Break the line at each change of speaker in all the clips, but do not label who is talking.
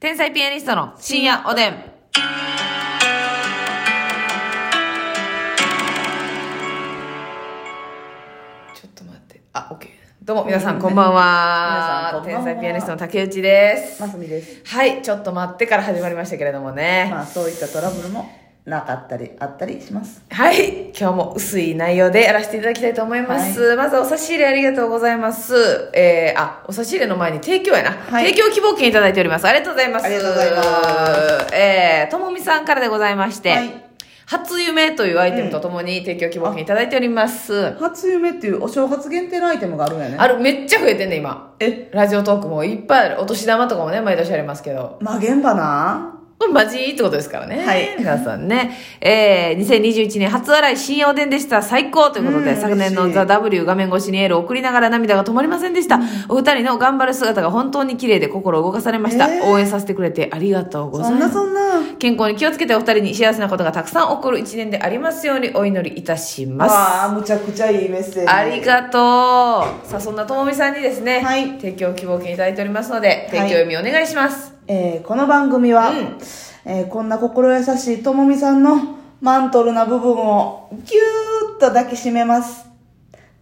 天才ピアニストの深夜おでん。ちょっと待って。あ、オッケー。どうも皆さんこんばんは。
皆さんこんばんは
天才ピアニストの竹内です。
ますみです。
はい、ちょっと待ってから始まりましたけれどもね。
まあそういったトラブルもなかったりあったりします。
はい。今日も薄い内容でやらせていただきたいと思います。まずはお差し入れありがとうございます。えー、あ、お差し入れの前に提供やな。
はい
提供希望券いただいております。ありがとうございます。。
ありがとうございます
えー、ともみさんからでございまして、
はい
初夢というアイテムとともに提供希望券いただいております。
初夢っていうお正月限定のアイテムがあるんやね。
ある、めっちゃ増えてんね、今。
え、
ラジオトークもいっぱいある。お年玉とかもね、毎年ありますけど。
まげんばな
これマジってことですからね。
はい
皆さんね。えー、2021年初笑い新おでんでした。最高ということで、
うん
昨年の
嬉し
ザ・
い
W 画面越しにエールを送りながら涙が止まりませんでした。お二人の頑張る姿が本当に綺麗で心動かされました。
えー
応援させてくれてありがとうござ
そ
い
ん
ま
な
す。
そんな。
健康に気をつけてお二人に幸せなことがたくさん起こる一年でありますようにお祈りいたします。
わあ、むちゃくちゃいいメッセージ。
ありがとう。さあ、そんなともみさんにですね、
はい
提供希望券いただいておりますので、提供読みお願いします。
えーこの番組は、
うん
えーこんな心優しいともみさんのマントルな部分をぎゅーっと抱きしめます。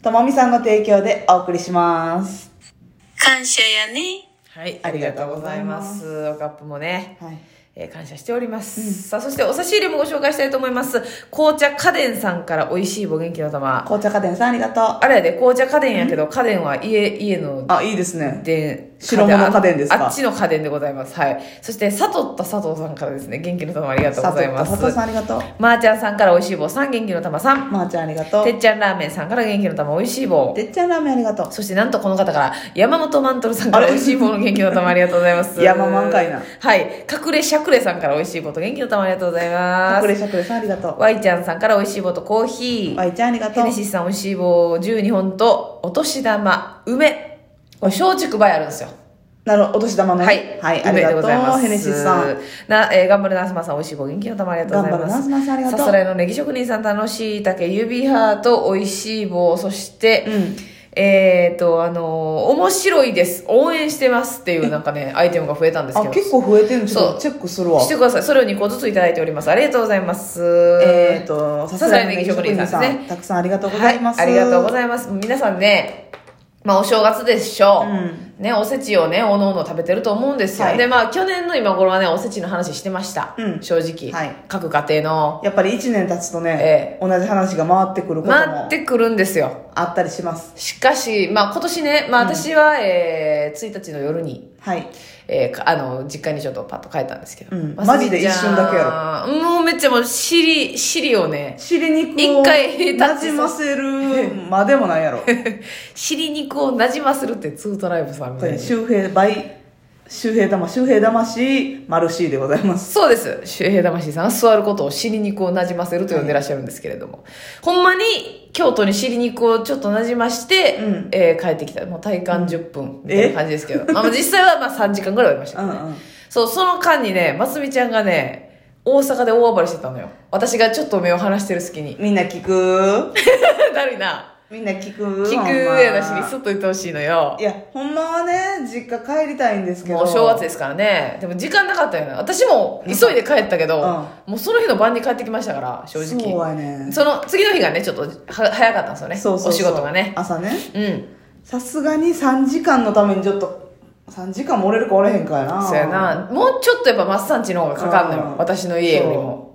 ともみさんの提供でお送りします。
感謝やね。
はい、ありがとうございます。おカップもね、
はい。
えー感謝しております、さあそしてお差し入れもご紹介したいと思います紅茶家電さんから美味しいお元気の玉
紅茶家電さんありがとう。
あれやで紅茶家電やけど、家電は家家の
あ、いいですね。
電
白物家電ですか
あっちの家電でございますはいそして佐藤った佐藤さんからですね元気の玉ありがとう
佐
ござい
藤
ま
と佐藤
す
さんありがとう。
まーちゃんさんから美味しい棒さん元気の玉さん
まーちゃんありがとう
て。っちゃんラーメンさんから元気の玉美味しい棒
てっちゃんラーメンありがとう。
そしてなんとこの方から山本マントルさんから美味しい棒の元気の玉ありがとうございます。
山満開な
はい。隠れしゃくれさんから美味しい棒と元気の玉ありがとうございま
隠れ
す。
しゃくれさんありがとう。
ワイちゃんさんから美味しい棒とコーヒ
わ
ー。
いちゃんありがと
ヘ
う
ネ。シスさん美味しい棒12本とお年玉、梅。これ松竹梅あるんですよ。
なるほど、お年玉のね。
はい。
はい、あ
梅
り
で
が
ご
と
ざいます。
う。ヘネシスさん。。
な、えー、頑張るナースマンさん、美味しい棒、元気の玉ありがとうございます。
頑張るナースマンさんありがとう
さすらいのネギ職人さん、楽しい竹、指ハート、美味しい棒、そして、
うん
えっと、あのー面白いです。応援してますっていう、なんかね、アイテムが増えたんですけ
あ、
ど。
結構増えてるのちょっ
そう
とチェックするわ
し。てください。それを2個ずついただいております。ありがとうございます。
えっと、
さすらいのネギ職人さんですね
たくさんありがとうございます。
はい、ありがとうご
い
ざいます。皆さんね、まあお正月でしょう。
う
ね、おせちをね、おのおの食べてると思うんですよ。
はい
で、まあ去年の今頃はね、おせちの話してました。
うん
正直、
はい
各家庭の。
やっぱり1年経つとね、同じ話が回ってくること
回っ
も
てくるんですよ。
あったりします。
しかし、まあ今年ね、まあ私は、えー、1日の夜に、
はい。
えーか、あの、実家にちょっとパッと帰ったんですけど。
うん
まあ
マジで
スミちゃん
一瞬だけ
もうめっちゃもう尻、尻をね、
尻肉
一
を
回
なじませるまでもな いやろ。こ
尻肉をなじませるってツートライブさんみたい
れ、
に。
周平、倍、周平玉、周平魂、マルシーでござい ます。
そうです。周平魂さんは座ることを尻肉をなじませると呼んでらっしゃるんですけれども。ほんまに京都に尻肉をちょっとなじまして、
うん
えー帰ってきた。もう体感10分みたいな感じですけど。まあまあ実際はまあ3時間ぐらいおりました
う
け
ん
ど
う
ね。
ん。
そう、その間にね、ますみちゃんがね、大阪で大暴れしてたのよ。私がちょっと目を離してる隙に。
みんな聞く
だるいな。
みんな聞く
聞
ほん
く
ま
上なしにすっと言ってほしいのよ
い。や、ほんまはね、実家帰りたいんですけど。
もう正月ですからね。でも時間なかったよね。私も急いで帰ったけど、
うん
もうその日の晩に帰ってきましたから、正直。
そうやね。
その次の日がね、ちょっとは早かったんですよね。
そうそうそう
お仕事がね。
朝ね。
うん。
さすがに3時間のためにちょっと、3時間も折れるか折れへんかやな。
そうや。な。もうちょっとやっぱマッサンチの方がかかんの
う
よ。
ん
私の家よりも。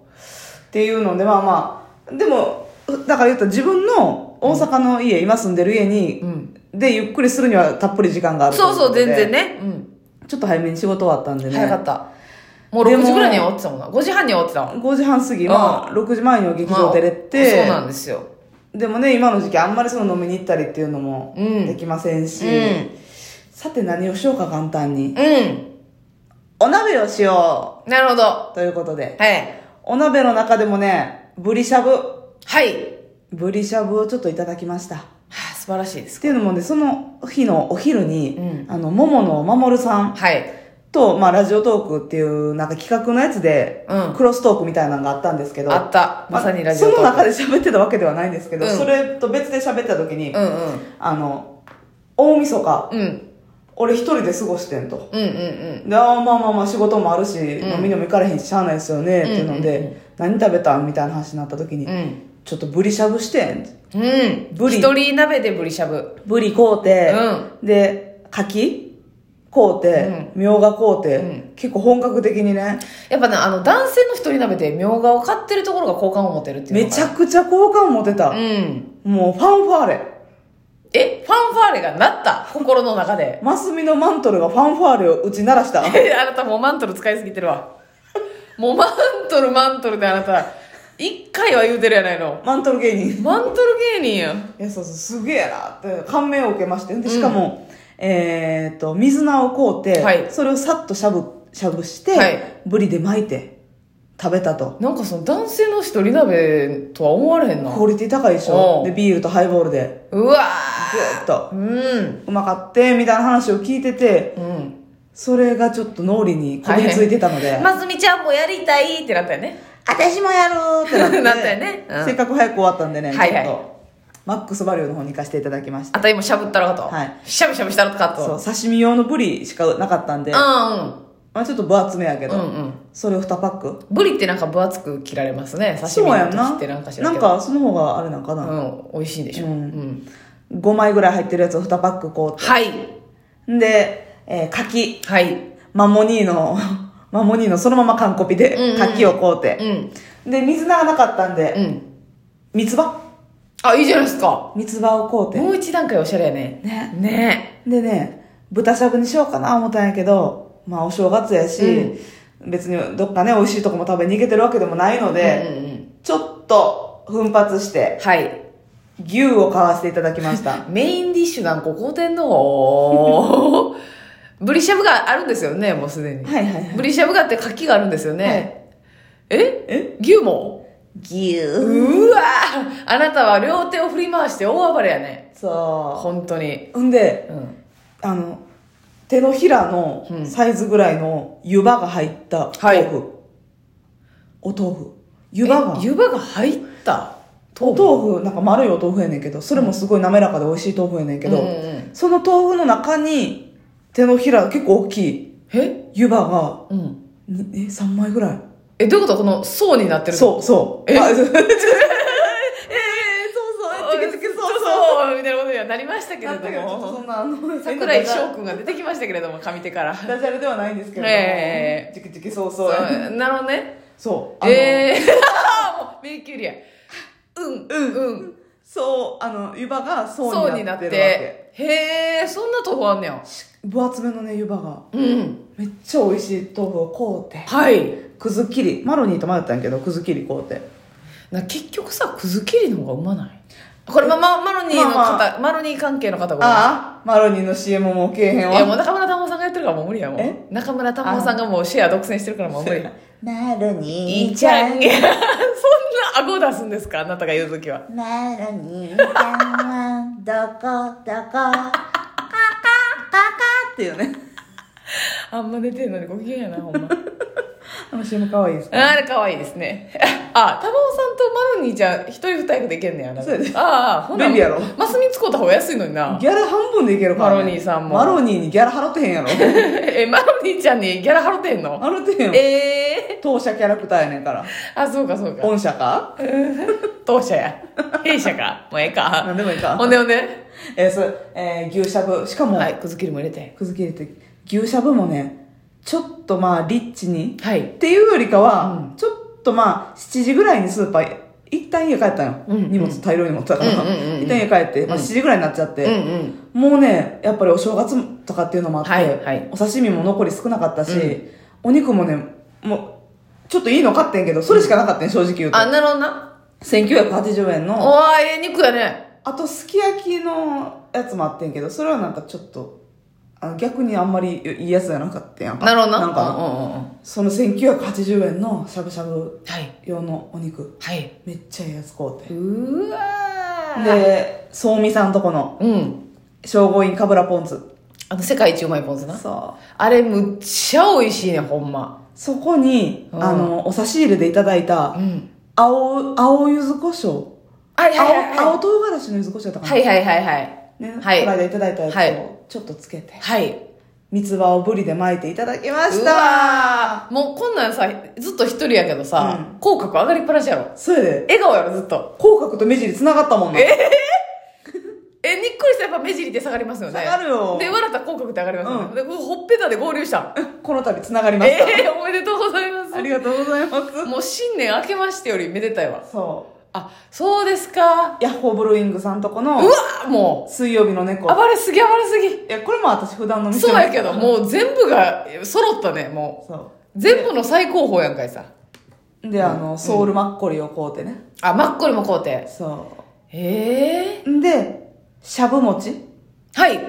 っていうので、まあまあ、でも、だから言ったら自分の大阪の家、今住んでる家に、
ん
で、ゆっくりするにはたっぷり時間があるとい
そうそう、
ことで
全然。ね。うん。
ちょっと早めに仕事終わったんでね。
早かった。もう
で
6
も
時ぐらいには終わってたもんな。5時半には終わってたもん。
5時半過ぎ、まあ、6時前には劇場出れて、
まあそうなんですよ。
でもね、今の時期あんまりその飲みに行ったりっていうのも
うん
できませんし、
うん
さて何をしようか簡単に。
うん。
お鍋をしよ
なるほど。
うということで、
はい。
お鍋の中でもね、ブリしゃぶ、
はい。
ブリしゃぶをちょっといただきました。っ
はあ、素晴らしいです。
ていうのもね、その日のお昼に、
う
あの、桃のまもるさん
はい。
と、まあ、ラジオトークっていう、なんか企画のやつで、
うん
クロストークみたいなのがあったんですけど、
あった。まさにラジオ
その中
で。
で喋ってたわけではないんですけど、
うん
それと別で喋った時に、
うんうん。
あの、大晦日、
うん。
俺一人で過ごしてんと。
うんうんうん。
で、あーまあまあまあ仕事もあるし、
ん
飲みにも行かれへんし、しゃあないですよね、っていうので、
うんうん
何食べたんみたいな話になった時に、
うん。
ちょっとブリしゃぶしてん。
うん。
ブリ
一人鍋でブリしゃぶ。
ブリ買うて、
う
で、柿買うて、みょうが買うて、
うん
結構本格的にね、
やっぱね、あの、男性の一人鍋でみょうがを買ってるところが好感を持てるっていう
め
のか
ち
な
ゃくちゃ好感持てた。
うん。
もうファンファーレ。
え、ファンファーレがなった心の中で。
マスミのマントルがファンファーレを打ち鳴らした。
えあなたもうマントル使いすぎてるわ。もうマントルマントルであなた、一回は言うてるやないの。
マントル芸人。
マントル芸人やん。
いや、そうそう、すげえなって感銘を受けまして。で、しかも、えっと、水菜を買うて、
はい
それをさっとしゃぶ、しゃぶして、
はい
ブリで巻いて食べたと。
なんかその男性の一人鍋とは思われへんな。
クオリティ高いでし
う
ょ
ん
で、ビールとハイボールで、
うわ
ぐーっと
ー。うん。
うまかって、みたいな話を聞いてて、
うん。
それがちょっと脳裏にこびりついてたので、
ますみちゃんもやりたいってなったよね。
私もやるーってなって、
なったよねうん
せっかく早く終わったんでね、
はいはい
ちょっと、マックスバリューの方に行かせていただきまし
あ
た。
た今しゃぶったろかと。
はい。
しゃぶしゃぶしたろかと。
そう、刺身用のブリしかなかったんで、
あ
まあちょっと分厚めやけ
ー
ど、
うん。うんうん。
それを2パック
ブリってなんか分厚く切られますね。刺身
そうやん
の時
な
ってなんかし
な
らん
ん
けど。
かその方があれなんかな、
うん、美味しいんでしょ。
う
うんん。
5枚ぐらい入ってるやつを2パックこ
はい。
うで、えー柿
はい。
マモニーの マモニーのそのまま完コピ
うんうんう
で
ん
柿をこう
う
て、
ん。
で水菜がなかったん
う
で
ん。
三つ葉
あ、いいじゃないですか。
三つ葉をこうて
もう一段階おしゃれやね。
ね
ね
でね豚しゃぶにしようかな思ったんやけどまあお正月やし、別にどっかね美味しいとこも食べに行けてるわけでもないの
え。
で、
うんうんうん。
ちょっと奮発して
はい。
牛を買わせていただきました
メインディッシュなんかこうてん の。ブリしゃぶがあるんですよね、もうすでに。
はいはいはい
ブリしゃぶがあって柿があるんですよね。
はい
え
え
牛も
牛
うわーあなたは両手を振り回して大暴れやね。
そ
本当に。
う。ほんで、
うん。
あの、手のひらの
うん
サイズぐらいの湯葉が入った
はい
豆腐。お豆腐。湯葉が
え。湯葉が入った
お豆腐、なんか丸いお豆腐やねんけど、それもすごい滑らかで美味しい豆腐やねんけど、
うんうんうん
その豆腐の中に手のひら結構大きい
え
湯葉が、
うん。
にえ、3枚ぐらい。
え、どういうことこの層になってるう。
そう、そう。
え
あえー そうそう、
そう
え、チキチキ、そうそう。
そうみたいなことにはなりましたけれ
なんだけど、
ど
ちょっと
も。
そんな、あの、
桜井翔くんが出てきましたけれども、上手から。
ダジャレではないんですけれども、
え
チキチキ、そうそう。
そうなるほどね。
そう。あの
ええー、 もう迷宮入りや。うん、うん、うん。
そう、あの、湯葉が
そ
層
う
に
に
な
な
っ
ってて。
るわけ。
へえ、そんなとこあんねや。
分厚めのね、湯葉が。
うん。
めっちゃ美味しい豆腐を買うて。
はい。
くずきり。マロニーと迷ったんやけど、くずきり買うて。
な結局さ、くず切りの方がうまないこれ、ま、ま、マロニーの方、
まあま
マロニー関係の方が
ああ、マロニーの CM もうけえへん
いや、も
わ。
う中村玉緒さんがやってるからもう無理やも
え
ん。中村玉緒さんがもうシェア独占してるからもう無理。
マロ
い
ニ
いちゃん。 そんな顎出すんですかあなたが言うときは。
マロニーちゃんは、どこどこ。カカ、カカっていうね。
あんま出てんのにご機嫌やな、ほんま。
あの CM 可愛いですか
あれ可愛いですね。 あ、玉緒さんとマロニーちゃん、一人二役でいけんねやな。
そうやで
ああ、ほな
ベビーやろ
マスミ使うた方が安いのに な。
ギャラ半分でいけるから、
マロニーさんも
マロニーにギャラ払ってへんやろ。
え、マロニーちゃんにギャラ払ってんの
払ってへんよ。
ええ
当社キャラクターやねんから。
あ、そうかそうか。
御社か
当社や。弊社か。もうええか。
なんでもいいか
ほんでほんで。
えーそうえー牛しゃぶ。しかも、
はい、くず切りも入れて。
くず切れて、牛しゃぶもね、ちょっとまあ、リッチに。
はい
っ。ていうよりかは、
う
ちょっとまあ、7時ぐらいにスーパー、一旦家帰ったよ。
うんうん
荷物大量に持ってたから。
うんうんうんうん
一旦家帰って、まあ、
うん
7時ぐらいになっちゃっ
うんう
て、
ん。
もうね、やっぱりお正月とかっていうのもあって、
はいはい
お刺身も残り少なかったし、
うん
お肉もね、もう、ちょっといいの買ってんけど、それしかなかったん、正直言うと。
あ、なるほどな。
1980円の、
おー、ええ肉やね。
あと、すき焼きのやつもあってんけど、それはなんかちょっと、あの逆にあんまりいいやつじゃなかったやんか。
なるほどな。
んかな、
うんうんうんうん。
その1980円のしゃぶしゃぶ
はい。
用のお肉、
はい。
めっちゃええやつ買うて。
うわー。、
で、そうみさんとこの、
うん。
聖護院かぶらポン酢。
あの、世界一うまいポン酢な。
そ
あれ、むっちゃ美味しいね、ほんま。
う。そこに、
うん
あの、お差し入れでいただいた
う、ん。
青、青柚子胡椒。
はい
青
はいはい、
青
は
唐辛子の柚子胡椒だった
い。
かな。
はいはいはいはい。
ね、
はい
この間いただいたやつ
はい
を、ちょっとつけて。
はい。
三つ葉をブリで巻いていただきまし
う
た
わーもうこんなんさ、ずっと一人やけどさ、
う
口角上がりっぱなしやろ。
それで、
笑顔やろ、ずっと。
口角と目尻繋がったもんな。
え、にっくりしたらやっぱ目尻って下がりますよね。
下がるよ
で、笑ったら口角って上がりますよね。で、ほっぺたで合流した。
この度繋がりまし
え
た。
えおめでとうございます。
ありがとうございま
もう新年明けましてよりめでたいわ。
す。そ
あ、そうですか。
う。ヤッホーブルーイングさんとこの
う、わも
水曜日の猫。
う、暴れすぎ暴れすぎ。
いや、これも私普段の店
そう
の
やけど、もう全部が揃ったね、も。
そう
全部の最高峰やんかいさ。
う。で、あの、ソウルマッコリを買うてね。
あ、マッコリも買うて。
そ
ええ
う。んで、しゃぶ餅
はい。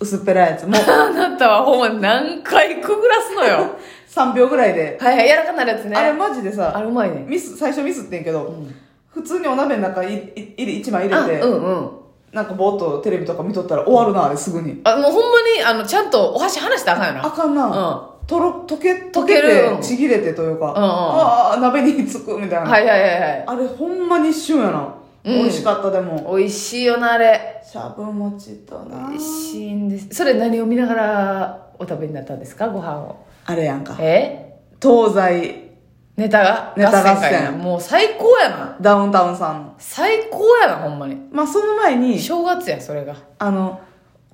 薄っぺらいやつも、
あなたはほんま何回くぐらすの よ。
3秒ぐらいで。
はいはい、柔らかなるやつね。
あれマジで
あ
さ、
れうまいね。
ミス、最初ミスってんけど、
ん
普通にお鍋の中い、い、いれ、一枚
あ
入れて、
うんうん。
なんかぼーっとテレビとか見とったら終わるな、あれすぐに。
あ、もうほんまに、あの、ちゃんとお箸離したらあかんよ
あ
な。
かんな。
う
とろ、溶け、溶
け
け
る
て、ちぎれてというか、
ん
ああ、鍋につくみたいな。
はいはいはいはい。
あれほんまに一瞬やな。
うん
美味しかったでも。
美味しいよな、あれ。
しゃぶ餅とな
美味。しいんです。それ何を見ながらお食べになったんですかご飯を。
あれやんか。
え
東西
ネタが
ネタ合戦
やなもう最高やな。
ダウンタウンさんの。
最高やな、ほんまに。
まあその前に、
正月や、それが。
あの、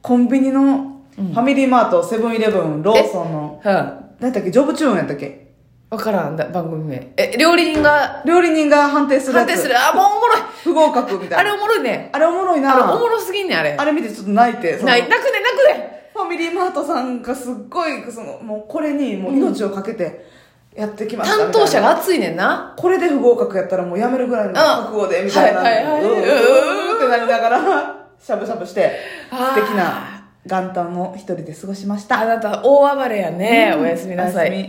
コンビニの、ファミリーマート、セブンイレブン、ローソンの、
うん。わ
何やったっけ、ジョブチューンやったっけ
からんだ、番組名。え、料理人が
料理人が判定するや
判定
つ。
する。あ、もうおもろい。
不合格みた
あ
い
れ
な。
おもろいね。
あれおもろいな。
あれおも
あ
ろすぎんねん、あれ。
れ見てちょっと泣いて。その
ない、泣くね、泣くね。
ファミリーマートさんがすっごい、その、もうこれにもう命をかけてやってきましたみたい
担
な。
当者が熱いねんな。
これで不合格やったらもうやめるぐらいの覚悟で、みたいな。
はいはいはいう
ーうーってなりながら、しゃぶしゃぶして、
あー
素敵な元旦を一人で過ごしました。
あなた、大暴れやね。おやすみなさい。
おやすみ